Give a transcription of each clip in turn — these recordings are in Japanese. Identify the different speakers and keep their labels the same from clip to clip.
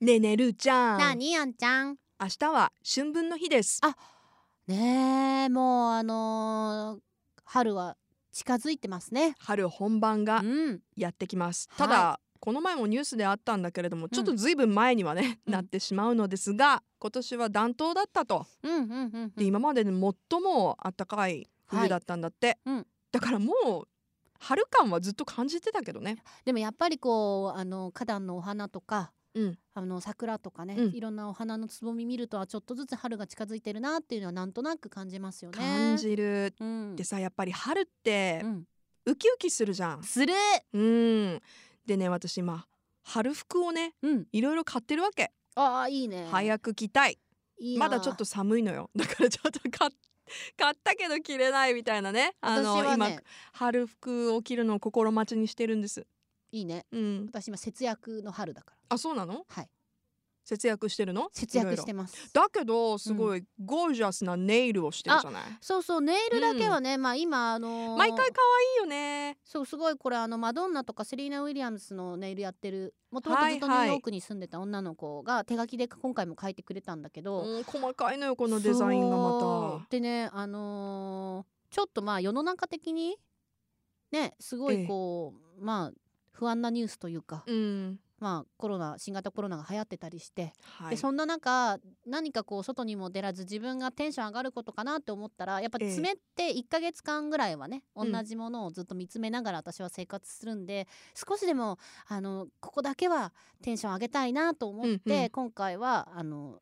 Speaker 1: ねえねえるーちゃん
Speaker 2: なあにやんちゃん
Speaker 1: 明日は春分の日です
Speaker 2: ねえもうあのー春は近づいてますね
Speaker 1: 春本番
Speaker 2: う
Speaker 1: が
Speaker 2: ん
Speaker 1: やってきます、
Speaker 2: はい
Speaker 1: ただこの前もニュースであったんだけれどもちょっとずいぶん前にはね、
Speaker 2: うん
Speaker 1: なってしまうのですが今年は暖冬だったと
Speaker 2: うんうんうんう
Speaker 1: で
Speaker 2: ん
Speaker 1: 今までで最も暖かい冬だったんだって、
Speaker 2: うん
Speaker 1: だからもう春感はずっと感じてたけどね
Speaker 2: でもやっぱりこうあの花壇のお花とか、
Speaker 1: うん
Speaker 2: あの桜とかね、
Speaker 1: うん
Speaker 2: いろんなお花のつぼみ見るとはちょっとずつ春が近づいてるなっていうのはなんとなく感じますよね
Speaker 1: 感、じる、
Speaker 2: うん、
Speaker 1: でさやっぱり春って
Speaker 2: うん、
Speaker 1: ウキウキするじゃん
Speaker 2: する
Speaker 1: うんでね私今春服をね
Speaker 2: うん
Speaker 1: いろいろ買ってるわけ、
Speaker 2: ああいいね
Speaker 1: 早く着たい
Speaker 2: いいな
Speaker 1: まだちょっと寒いのよだ からちょっと買っ買ったけど着れないみたいなねあ
Speaker 2: 私
Speaker 1: の
Speaker 2: は
Speaker 1: 今
Speaker 2: ね
Speaker 1: 春服を着るのを心待ちにしてるんです
Speaker 2: いいね
Speaker 1: うん
Speaker 2: 私今節約の春だから
Speaker 1: あそうなの
Speaker 2: はい
Speaker 1: 節約してるの
Speaker 2: 節約し
Speaker 1: いろい
Speaker 2: て
Speaker 1: ろ
Speaker 2: ます
Speaker 1: だけどすごいゴージャスなネイルをしてるじゃない、
Speaker 2: そうそうネイルだけはね、まあ今あのー
Speaker 1: 毎回可愛いよね
Speaker 2: そうすごいこれあのマドンナとかセリーナ・ウィリアムスのネイルやってるもともと
Speaker 1: はい
Speaker 2: ずっとニューヨークに住んでた女の子が手書きで今回も書いてくれたんだけど、
Speaker 1: うん細かいのよこのデザインが
Speaker 2: そう
Speaker 1: ま
Speaker 2: でねあのーちょっとまあ世の中的にねすご
Speaker 1: ええ
Speaker 2: いこう、まあ不安なニュースというか、
Speaker 1: たうん
Speaker 2: まあコロナ新型コロナが流行ってたりして、
Speaker 1: は
Speaker 2: で
Speaker 1: い
Speaker 2: そんな中何かこう外にも出らず自分がテンション上がることかなって思ったらやっぱ
Speaker 1: ええ
Speaker 2: 爪って1ヶ月間ぐらいはね、
Speaker 1: うん
Speaker 2: 同じものをずっと見つめながら私は生活するんで少しでもあのここだけはテンション上げたいなと思って、
Speaker 1: うんうん
Speaker 2: 今回はあの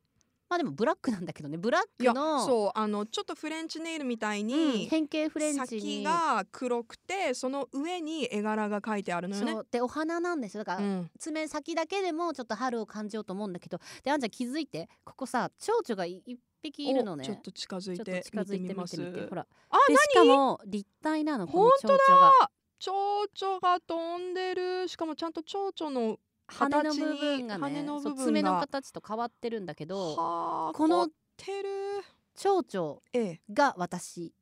Speaker 2: まあでもブラックなんだけどねブラッ
Speaker 1: い
Speaker 2: ク
Speaker 1: や
Speaker 2: の、
Speaker 1: そうあのちょっとフレンチネイルみたい
Speaker 2: うん
Speaker 1: に、
Speaker 2: 変形フレンチ
Speaker 1: 先
Speaker 2: に。
Speaker 1: が黒くてその上に絵柄が書いてあるのよね
Speaker 2: そうでお花なんですよだから、
Speaker 1: うん、
Speaker 2: 爪先だけでもちょっと春を感じようと思うんだけどであんちゃん気づいてここさ蝶々がい一匹いるのね
Speaker 1: おちょっと近づい
Speaker 2: ちょってと近づいて
Speaker 1: 見てみ
Speaker 2: み
Speaker 1: ま
Speaker 2: て
Speaker 1: す
Speaker 2: みてほら
Speaker 1: あ
Speaker 2: でしかも立体なのこの
Speaker 1: 本
Speaker 2: 蝶々が
Speaker 1: 蝶々が飛んでるしかもちゃんと蝶々の
Speaker 2: 羽の
Speaker 1: 形に
Speaker 2: 部分がね
Speaker 1: 羽の部分が
Speaker 2: そう爪の形と変わってるんだけど
Speaker 1: はあ
Speaker 2: こ
Speaker 1: 凝っ
Speaker 2: の
Speaker 1: てる
Speaker 2: 蝶々
Speaker 1: ええ
Speaker 2: が私、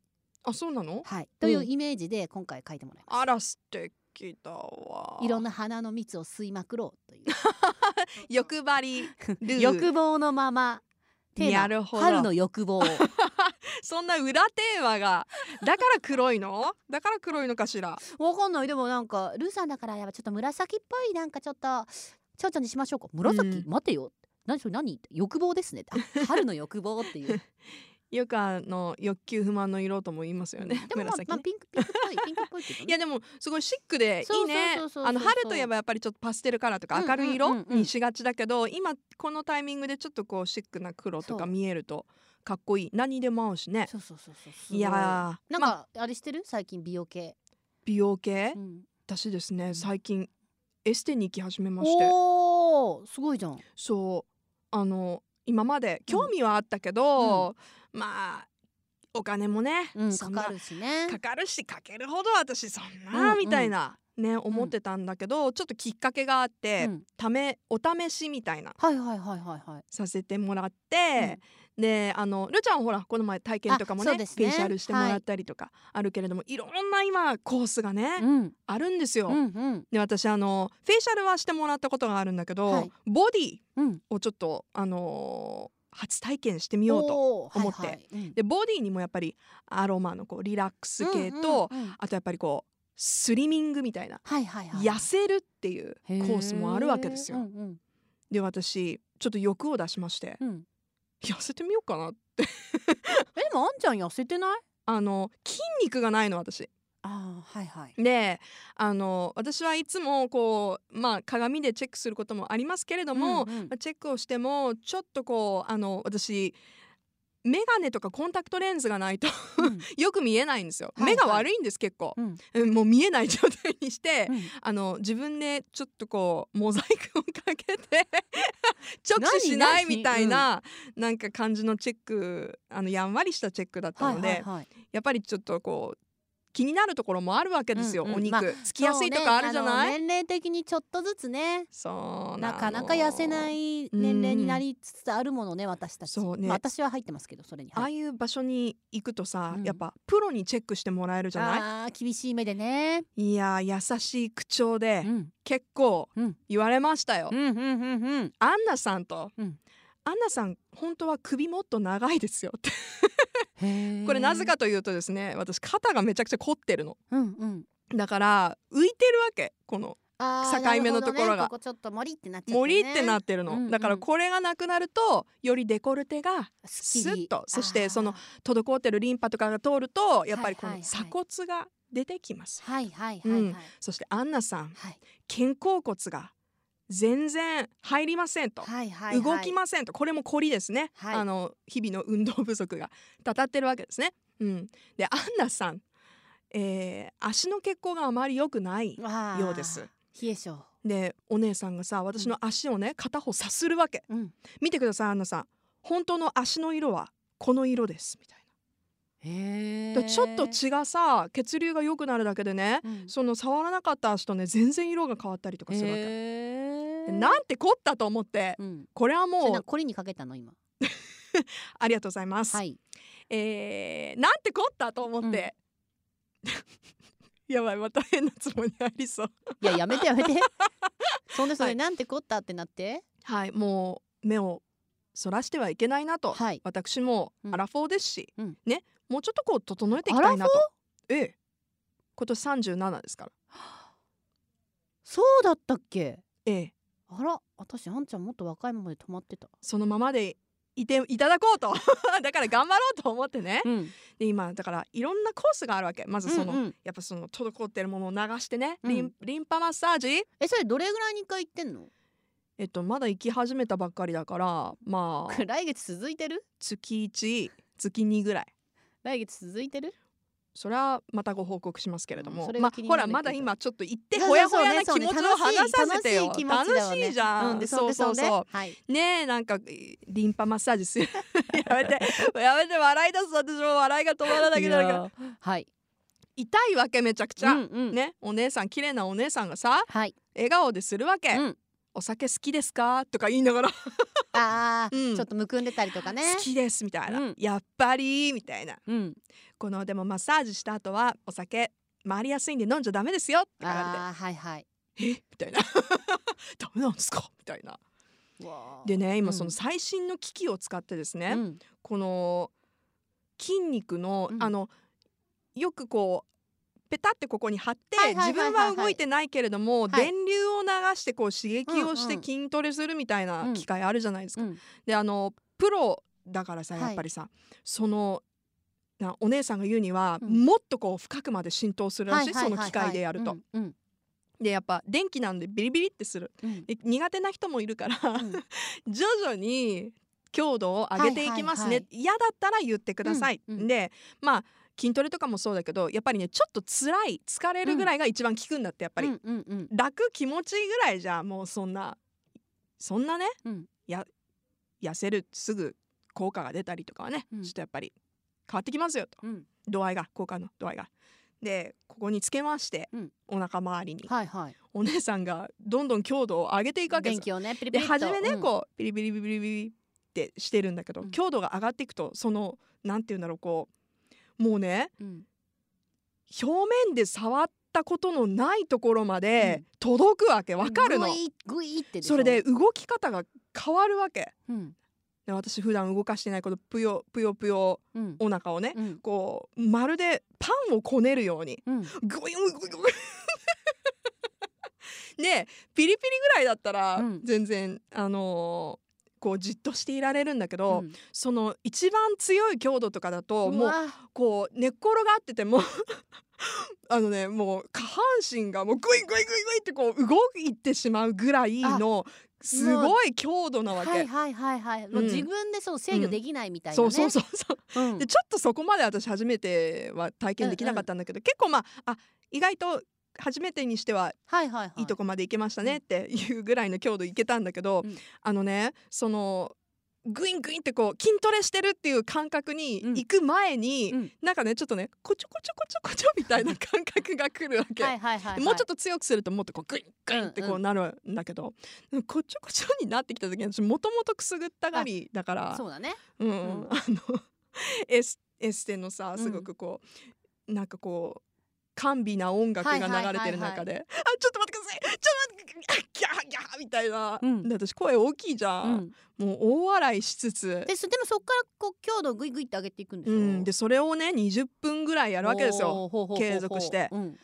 Speaker 1: あそうなの
Speaker 2: はい、というイメージで今回書いてもらいま
Speaker 1: あら素敵だわ
Speaker 2: すいろんな花の蜜を吸いまくろうという
Speaker 1: 欲張り ルー
Speaker 2: 欲望のままテ
Speaker 1: な
Speaker 2: ー
Speaker 1: る
Speaker 2: マ
Speaker 1: ほど
Speaker 2: 春の欲 望
Speaker 1: そんな裏テーマがだから黒いのだから黒いのかしら
Speaker 2: わかんないでもなんかルーさんだからやっぱちょっと紫っぽいなんかちょっと蝶々にしましょうか紫、
Speaker 1: うん
Speaker 2: 待てよ何それ何欲望ですねあ春の欲望っていう
Speaker 1: よくあの欲求不満の色とも言いますよね、
Speaker 2: でもまあ、
Speaker 1: 紫
Speaker 2: まあ、
Speaker 1: ね
Speaker 2: ピンクピンクっぽいピンクっぽいけど、ね
Speaker 1: いやでもすごいシックでいいね
Speaker 2: そうそうそうそうそう
Speaker 1: あの春といえばやっぱりちょっとパステルカラーとか明るい
Speaker 2: うんうん
Speaker 1: 色
Speaker 2: うんうん
Speaker 1: にしがちだけど、今このタイミングでちょっとこうシックな黒と
Speaker 2: そ
Speaker 1: か
Speaker 2: う
Speaker 1: 見えるとかっこいい何にでも合うしね
Speaker 2: そうそうそうそうすご
Speaker 1: いやー
Speaker 2: なん
Speaker 1: まあ、
Speaker 2: かあれしてる最近美容系、
Speaker 1: 美容系、
Speaker 2: うん
Speaker 1: 私ですね最近エステに行き始めまして
Speaker 2: おーすごいじゃん
Speaker 1: そうあの今まで興味はあったけど、まあお金もね、
Speaker 2: うん
Speaker 1: そ
Speaker 2: か
Speaker 1: んな
Speaker 2: かるしね
Speaker 1: かかるしかけるほど私そんな、
Speaker 2: うん
Speaker 1: みたいなね思ってたんだけど、ちょっときっかけがあって、
Speaker 2: うん
Speaker 1: ためお試しみたいな
Speaker 2: はいはいはいはいはい
Speaker 1: させてもらって、であのるちゃんほらこの前体験とかも
Speaker 2: あ
Speaker 1: ね
Speaker 2: そうですね
Speaker 1: フェイシャルしてもらったりとかあるけれども、い、ろんな今コースがね、
Speaker 2: うん
Speaker 1: あるんですよ。
Speaker 2: うんうん
Speaker 1: で私あのフェイシャルはしてもらったことがあるんだけど、
Speaker 2: はい
Speaker 1: ボディ
Speaker 2: うん
Speaker 1: をちょっとあのー初体験してみようと。
Speaker 2: と
Speaker 1: 思ってでボディにもやっぱりアロマのこうリラックス系と、あとやっぱりこうスリミングみたいな
Speaker 2: はいはいはい
Speaker 1: 痩せるっていうコ
Speaker 2: へ
Speaker 1: ースもあるわけです
Speaker 2: うん
Speaker 1: よ。
Speaker 2: うん
Speaker 1: で私ちょっと欲を出しまして
Speaker 2: うん
Speaker 1: 痩せてみようかな
Speaker 2: えでもあんちゃん痩せてない
Speaker 1: あの筋肉がないの私。
Speaker 2: あーはいはい
Speaker 1: であの私はいつもこう、まあ、鏡でチェックすることもありますけれども、
Speaker 2: うんうん
Speaker 1: まあチェックをしてもちょっとこうあの私眼鏡とかコンタクトレンズがないと
Speaker 2: うん
Speaker 1: よく見えないんですよ。
Speaker 2: はい
Speaker 1: 目が悪いんです結構、
Speaker 2: うん
Speaker 1: うんもう見えない状態にして、
Speaker 2: うん
Speaker 1: あの自分でちょっとこうモザイクをかけて 直視しない
Speaker 2: 何
Speaker 1: みたいな、なんか感じのチェックあのやんわりしたチェックだった
Speaker 2: はい
Speaker 1: ので、
Speaker 2: はいはい
Speaker 1: やっぱりちょっとこう気になるところもあるわけですよ、
Speaker 2: うんうん
Speaker 1: お肉、
Speaker 2: まあ
Speaker 1: つきやすいとかあるじゃない
Speaker 2: そうねあの年齢的にちょっとずつね
Speaker 1: そうな
Speaker 2: な
Speaker 1: の
Speaker 2: かなか痩せない年齢になりつつあるものね、私たち、
Speaker 1: そうね
Speaker 2: まあ私は入ってますけどそれに、
Speaker 1: ああ
Speaker 2: い、
Speaker 1: いう場所に行くとさ、
Speaker 2: うん
Speaker 1: やっぱプロにチェックしてもらえるじゃな
Speaker 2: あー厳しい目でね、
Speaker 1: いいやー優しい口調
Speaker 2: う
Speaker 1: で
Speaker 2: ん、
Speaker 1: 結構
Speaker 2: うん
Speaker 1: 言われましたよ、
Speaker 2: うんうんうんうん
Speaker 1: アンナさんと、
Speaker 2: うん
Speaker 1: アンナさん本当は首もっと長いですよって
Speaker 2: へー
Speaker 1: これなぜかというとですね私肩がめちゃくちゃ凝ってるの
Speaker 2: うんうん
Speaker 1: だから浮いてるわけこの
Speaker 2: あー
Speaker 1: 境目のところが
Speaker 2: なるほどね、ここちょっと森ってなっちゃって、ね、
Speaker 1: 森ってなってるの、
Speaker 2: うんうん
Speaker 1: だからこれがなくなるとよりデコルテが
Speaker 2: すっき
Speaker 1: スッ
Speaker 2: り
Speaker 1: とそして
Speaker 2: あー
Speaker 1: その滞ってるリンパとかが通るとやっぱりこ
Speaker 2: は
Speaker 1: の
Speaker 2: いはいはい
Speaker 1: 鎖骨が出てきます、
Speaker 2: はいはいはいはい、
Speaker 1: うんそしてアンナさん
Speaker 2: はい
Speaker 1: 肩甲骨が全然入りませんと、
Speaker 2: はいはいはい
Speaker 1: 動きませんとこれも凝りですね、
Speaker 2: はい
Speaker 1: あの日々の運動不足がたたってるわけですね。うん、でアンナさん、えー足の血行があまり良くない
Speaker 2: あー
Speaker 1: ようです。
Speaker 2: 冷え性
Speaker 1: でお姉さんがさ私の足をね片方さするわけ
Speaker 2: うん
Speaker 1: 見てくださいアンナさん本当の足の色はこの色ですみたい
Speaker 2: へ
Speaker 1: なだからちょっと血がさ血流が良くなるだけでねその触らなかった足とね全然色が変わったりとかするわけ。でなんて凝ったと思って
Speaker 2: うん
Speaker 1: これは
Speaker 2: それ
Speaker 1: も
Speaker 2: な
Speaker 1: う
Speaker 2: これにかけたの今
Speaker 1: ありがとうございます。
Speaker 2: はい
Speaker 1: えーなんて凝ったと思って、 やばいまた変なつもりありそう
Speaker 2: いややめてや めてそんでそれ、
Speaker 1: はい
Speaker 2: なんてこったってなって
Speaker 1: はいもう目をそらしてはいけないなと、
Speaker 2: はい
Speaker 1: 私も
Speaker 2: うん
Speaker 1: アラフォーですし、
Speaker 2: うん
Speaker 1: ねもうちょっとこう整えていきたいなとええ今年37ですから
Speaker 2: そうだったっけ
Speaker 1: ええ
Speaker 2: あら私あんちゃんもっと若いままで止まってた
Speaker 1: そのままでいていただこうと だから頑張ろうと思ってね
Speaker 2: うん
Speaker 1: で今だからいろんなコースがあるわけまずその、
Speaker 2: うんうん
Speaker 1: やっぱその滞ってるものを流してね、
Speaker 2: うん
Speaker 1: リンリンパマッサージ
Speaker 2: えそれどれぐらいに一回行ってんの
Speaker 1: えっとまだ行き始めたばっかりだからまあ
Speaker 2: 来月続いてる
Speaker 1: 月1月2ぐらい
Speaker 2: 来月続いてる
Speaker 1: それはまたご報告しますけれど
Speaker 2: うん
Speaker 1: も、
Speaker 2: それ
Speaker 1: ま
Speaker 2: が気
Speaker 1: あ
Speaker 2: に
Speaker 1: ほ
Speaker 2: な
Speaker 1: ら
Speaker 2: るけど
Speaker 1: まだ今ちょっと行って
Speaker 2: そう
Speaker 1: ほやほやな
Speaker 2: そ
Speaker 1: 気
Speaker 2: うね
Speaker 1: 持
Speaker 2: そうね
Speaker 1: ちを話させてよ楽し
Speaker 2: 楽しい
Speaker 1: い
Speaker 2: 楽しい気持ちだわね
Speaker 1: じゃん、
Speaker 2: うんでそん
Speaker 1: そ
Speaker 2: で
Speaker 1: うそう
Speaker 2: そんで
Speaker 1: そ
Speaker 2: はい、
Speaker 1: うねえなんかえリンパマッサージする やめてやめて笑い出す私も笑いが止まらなくなるから
Speaker 2: いやはい
Speaker 1: 痛いわけめちゃくちゃ、
Speaker 2: うんうん
Speaker 1: ねお姉さん綺麗なお姉さんがさ
Speaker 2: はい、
Speaker 1: 笑顔でするわけ、
Speaker 2: うん、
Speaker 1: お酒好きですかとか言いながら
Speaker 2: あー、
Speaker 1: うん
Speaker 2: ちょっとむくんでたりとかね
Speaker 1: 好きですみたいな、
Speaker 2: うん
Speaker 1: やっぱりみたいな
Speaker 2: うん
Speaker 1: このでもマッサージした後はお酒回りやすいんで飲んじゃダメですよって言わ
Speaker 2: あーはいはい
Speaker 1: れて「えみたいな 「ダメなんですか?」みたいな。でね今その最新の機器を使ってですね、
Speaker 2: うん
Speaker 1: この筋肉の、
Speaker 2: うん
Speaker 1: あのよくこうペタってここに貼って、
Speaker 2: はいはいはいはい
Speaker 1: 自分は動いてないけれども、
Speaker 2: い
Speaker 1: 電流を流してこう刺激をして
Speaker 2: うんうん
Speaker 1: 筋トレするみたいな機会あるじゃないですか。
Speaker 2: うん
Speaker 1: であのプロだからさ
Speaker 2: はい
Speaker 1: やっぱりさ、そのなお姉さんが言うには、
Speaker 2: うん
Speaker 1: もっとこう深くまで浸透するらしい,、その機械でやると。、
Speaker 2: はいはいはいはい
Speaker 1: でやっぱ電気なんでビリビリってする
Speaker 2: うんうん
Speaker 1: で苦手な人もいるから、
Speaker 2: うん
Speaker 1: 徐々に強度を上げていきますね、
Speaker 2: はいはい
Speaker 1: 嫌だったら言ってください、
Speaker 2: うんうん
Speaker 1: でまあ筋トレとかもそうだけどやっぱりねちょっと辛い疲れるぐらいが一番効くんだってやっぱり、
Speaker 2: うんうんうん
Speaker 1: 楽気持ちいいぐらいじゃもうそんなそんなね、
Speaker 2: うん
Speaker 1: や痩せるすぐ効果が出たりとかはね、
Speaker 2: うん
Speaker 1: ちょっとやっぱり変わってきますよと
Speaker 2: うん
Speaker 1: 度合いが効果の度合いが。でここにつけまして、
Speaker 2: うん
Speaker 1: お腹周りに
Speaker 2: はいはい
Speaker 1: お姉さんがどんどん強度を上げていくわけです
Speaker 2: 電気をねピリ
Speaker 1: で
Speaker 2: ピリっと
Speaker 1: 初めね、
Speaker 2: うん
Speaker 1: こうピリピリピリピリってしてるんだけど、
Speaker 2: うん
Speaker 1: 強度が上がっていくとそのなんて言うんだろうこうもうね
Speaker 2: うん
Speaker 1: 表面で触ったことのないところまで届くわけわかるの、
Speaker 2: グイグイってしょ
Speaker 1: それで、動き方が変わるわけ
Speaker 2: うん
Speaker 1: で私普段動かしてないこのぷよぷよぷよ
Speaker 2: うん
Speaker 1: お腹をね、
Speaker 2: うん
Speaker 1: こうまるでパンをこねるように
Speaker 2: うん、
Speaker 1: グイグイグイグイ ねピリピリぐらいだったら
Speaker 2: うん
Speaker 1: 全然、あのーこうじっとしていられるんだけど、
Speaker 2: うん
Speaker 1: その一番強い強度とかだともう
Speaker 2: わ
Speaker 1: こう寝っ転がってても あのねもう下半身がもうグイグイグイグイってこう動いてしまうぐらいのすごい強度なわけ。
Speaker 2: はいはいはいはい、もう
Speaker 1: うん
Speaker 2: 自分でそう制御できないみたいなね、
Speaker 1: そうそうそうそう
Speaker 2: うん、
Speaker 1: でちょっとそこまで私初めては体験できなかったんだけど、結構まああ意外と初めてにしては
Speaker 2: はいはいはい
Speaker 1: いいとこまで行けましたねっていうぐらいの強度いけたんだけど、
Speaker 2: うん
Speaker 1: あのねそのグイングインってこう筋トレしてるっていう感覚に
Speaker 2: うん
Speaker 1: 行く前に、
Speaker 2: うん
Speaker 1: なんかねちょっとねこちょこちょこちょこちょみたいな感覚が来るわけ、
Speaker 2: はいはいはい、はい、
Speaker 1: もうちょっと強くするともっとこうグイングインって
Speaker 2: うん
Speaker 1: こ
Speaker 2: う
Speaker 1: うなるんだけど、でもこちょこちょになってきた時に私もともとくすぐったがりだから
Speaker 2: そうだね
Speaker 1: うん
Speaker 2: うん
Speaker 1: あの エスエステのさ
Speaker 2: ん
Speaker 1: すごくこう、なんかこう甘美な音楽が流れてる中で「あちょっと待ってくださいちょっと待ってくださいギャーギャー」みたいな、
Speaker 2: うん
Speaker 1: で私声大きいじゃ、
Speaker 2: うんん
Speaker 1: もう大笑いしつつ。
Speaker 2: ですでもそっからこう強度をグイグイって上げていくんでし
Speaker 1: う
Speaker 2: ょ、
Speaker 1: ん、でそれをね20分ぐらいやるわけですよ。
Speaker 2: おーほうほうほうほう
Speaker 1: 継続して
Speaker 2: うん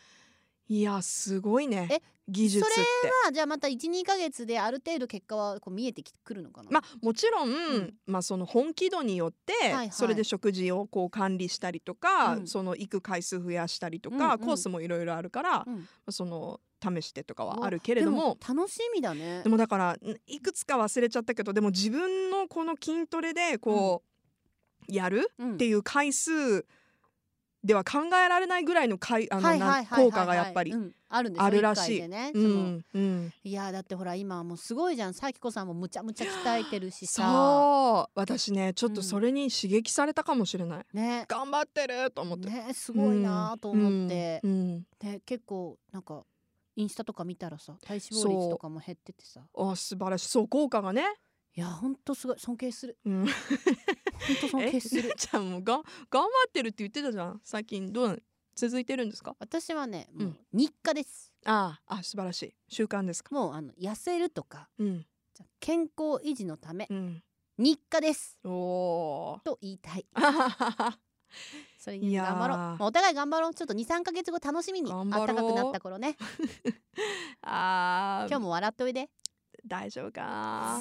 Speaker 1: いやすごいね
Speaker 2: え
Speaker 1: 技術って。
Speaker 2: まあじゃあまた12ヶ月である程度結果はこう見えてきくるのかな、
Speaker 1: まあもちろん、
Speaker 2: ん
Speaker 1: まあ、その本気度によって、
Speaker 2: いはい
Speaker 1: それで食事をこう管理したりとか、
Speaker 2: うん
Speaker 1: その行く回数増やしたりとか、
Speaker 2: うんうん
Speaker 1: コースもいろいろあるから、
Speaker 2: うん
Speaker 1: その試してとかはあるけれども。
Speaker 2: でも楽しみだね
Speaker 1: でもだからんいくつか忘れちゃったけどでも自分のこの筋トレでこう、やる
Speaker 2: うん
Speaker 1: っていう回数では考えられないぐらいの回あの
Speaker 2: はいは
Speaker 1: なん
Speaker 2: いはいはいはい
Speaker 1: 効果がやっぱり
Speaker 2: う。んあるんですよ
Speaker 1: あるらしい
Speaker 2: 一回でね、
Speaker 1: う
Speaker 2: その
Speaker 1: んうん
Speaker 2: いやだってほら今はもうすごいじゃん咲子さんもむちゃむちゃ鍛えてるしさ
Speaker 1: そう私ねちょっと
Speaker 2: うん
Speaker 1: それに刺激されたかもしれない。
Speaker 2: ね
Speaker 1: 頑張ってると思って。
Speaker 2: ねすごいなと思って、
Speaker 1: うんうん
Speaker 2: ね結構なんかインスタとか見たらさ体脂肪率とかも減っててさ
Speaker 1: あ素晴らしいそう効果がね、
Speaker 2: いやほんとすごい尊敬する
Speaker 1: うん、
Speaker 2: ほんと尊
Speaker 1: え
Speaker 2: 敬す
Speaker 1: な
Speaker 2: る
Speaker 1: んちゃんもがん頑張ってるって言ってたじゃん最近どうな続いてるんですか
Speaker 2: 私はね
Speaker 1: うん
Speaker 2: もう日課です、
Speaker 1: あああ素晴らしい習慣ですか
Speaker 2: もうあの痩せるとか
Speaker 1: うん
Speaker 2: じゃ健康維持のため
Speaker 1: うん
Speaker 2: 日課です
Speaker 1: おお
Speaker 2: と言いたい
Speaker 1: ー
Speaker 2: それ
Speaker 1: い
Speaker 2: に
Speaker 1: やー
Speaker 2: 頑張ろうまあお互い頑張ろうちょっと23ヶ月後楽しみにあっ
Speaker 1: 頑張ろう
Speaker 2: たかくなった頃ね
Speaker 1: あー
Speaker 2: 今日も笑っておいで
Speaker 1: 大丈夫か